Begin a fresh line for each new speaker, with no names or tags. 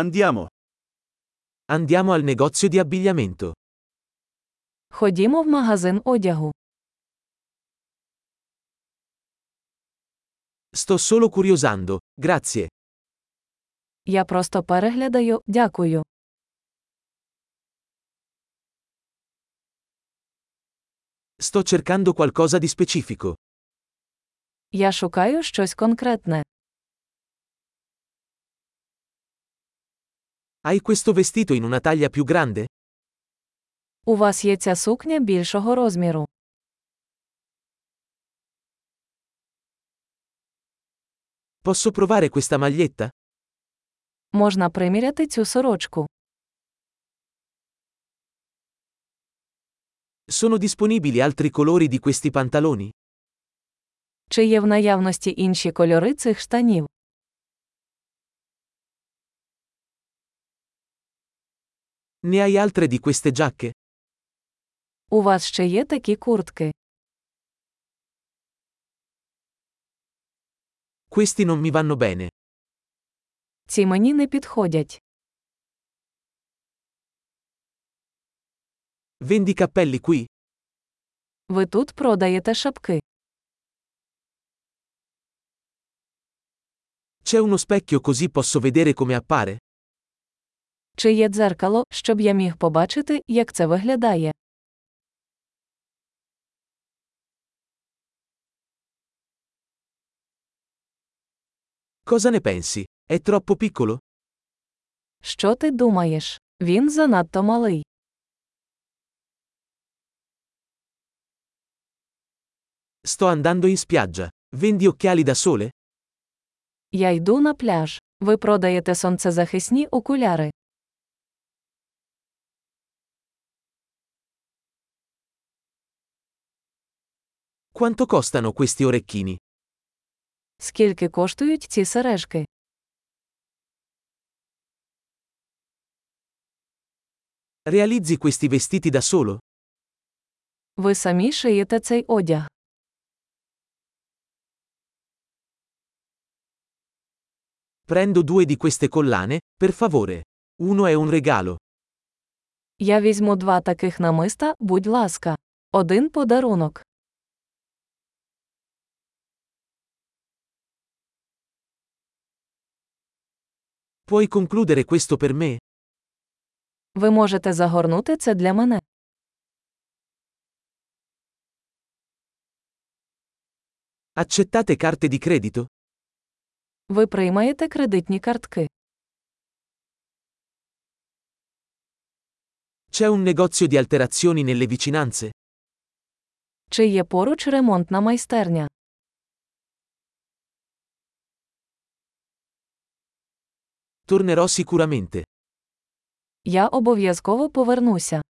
Andiamo.
Andiamo al negozio di abbigliamento.
Ходімо в магазин одягу.
Sto solo curiosando, grazie.
Я просто переглядаю, дякую.
Sto cercando qualcosa di specifico.
Я шукаю щось конкретне.
Hai questo vestito in una taglia più grande?
У вас є ця сукня більшого розміру.
Posso provare questa maglietta?
Можна приміряти цю сорочку.
Sono disponibili altri colori di questi pantaloni?
Чи є в наявності інші кольори цих штанів?
Ne hai altre di queste giacche?
У вас ще є такі куртки.
Questi non mi vanno bene.
Ці мені не підходять.
Vendi cappelli qui?
Ви тут продаєте шапки.
C'è uno specchio così posso vedere come appare?
Чи є дзеркало, щоб я міг побачити, як це виглядає?
Cosa ne pensi? È troppo piccolo?
Що ти думаєш? Він занадто малий.
Sto andando in spiaggia. Vendi occhiali da sole?
Я йду на пляж. Ви продаєте сонцезахисні окуляри.
Quanto costano questi orecchini?
Скільки коштують ці сережки?
Realizzi questi vestiti da solo?
Ви самі шиєте цей одяг.
Prendo due di queste collane, per favore. Uno è un regalo.
Я візьму два таких намиста, будь ласка. Один подарунок.
Puoi concludere questo per me?
Ви можете загорнути це для мене.
Accettate carte di credito?
Ви приймаєте кредитні картки.
C'è un negozio di alterazioni nelle vicinanze?
Чи є поруч ремонтна майстерня?
Tornerò sicuramente.
Я обов'язково повернуся.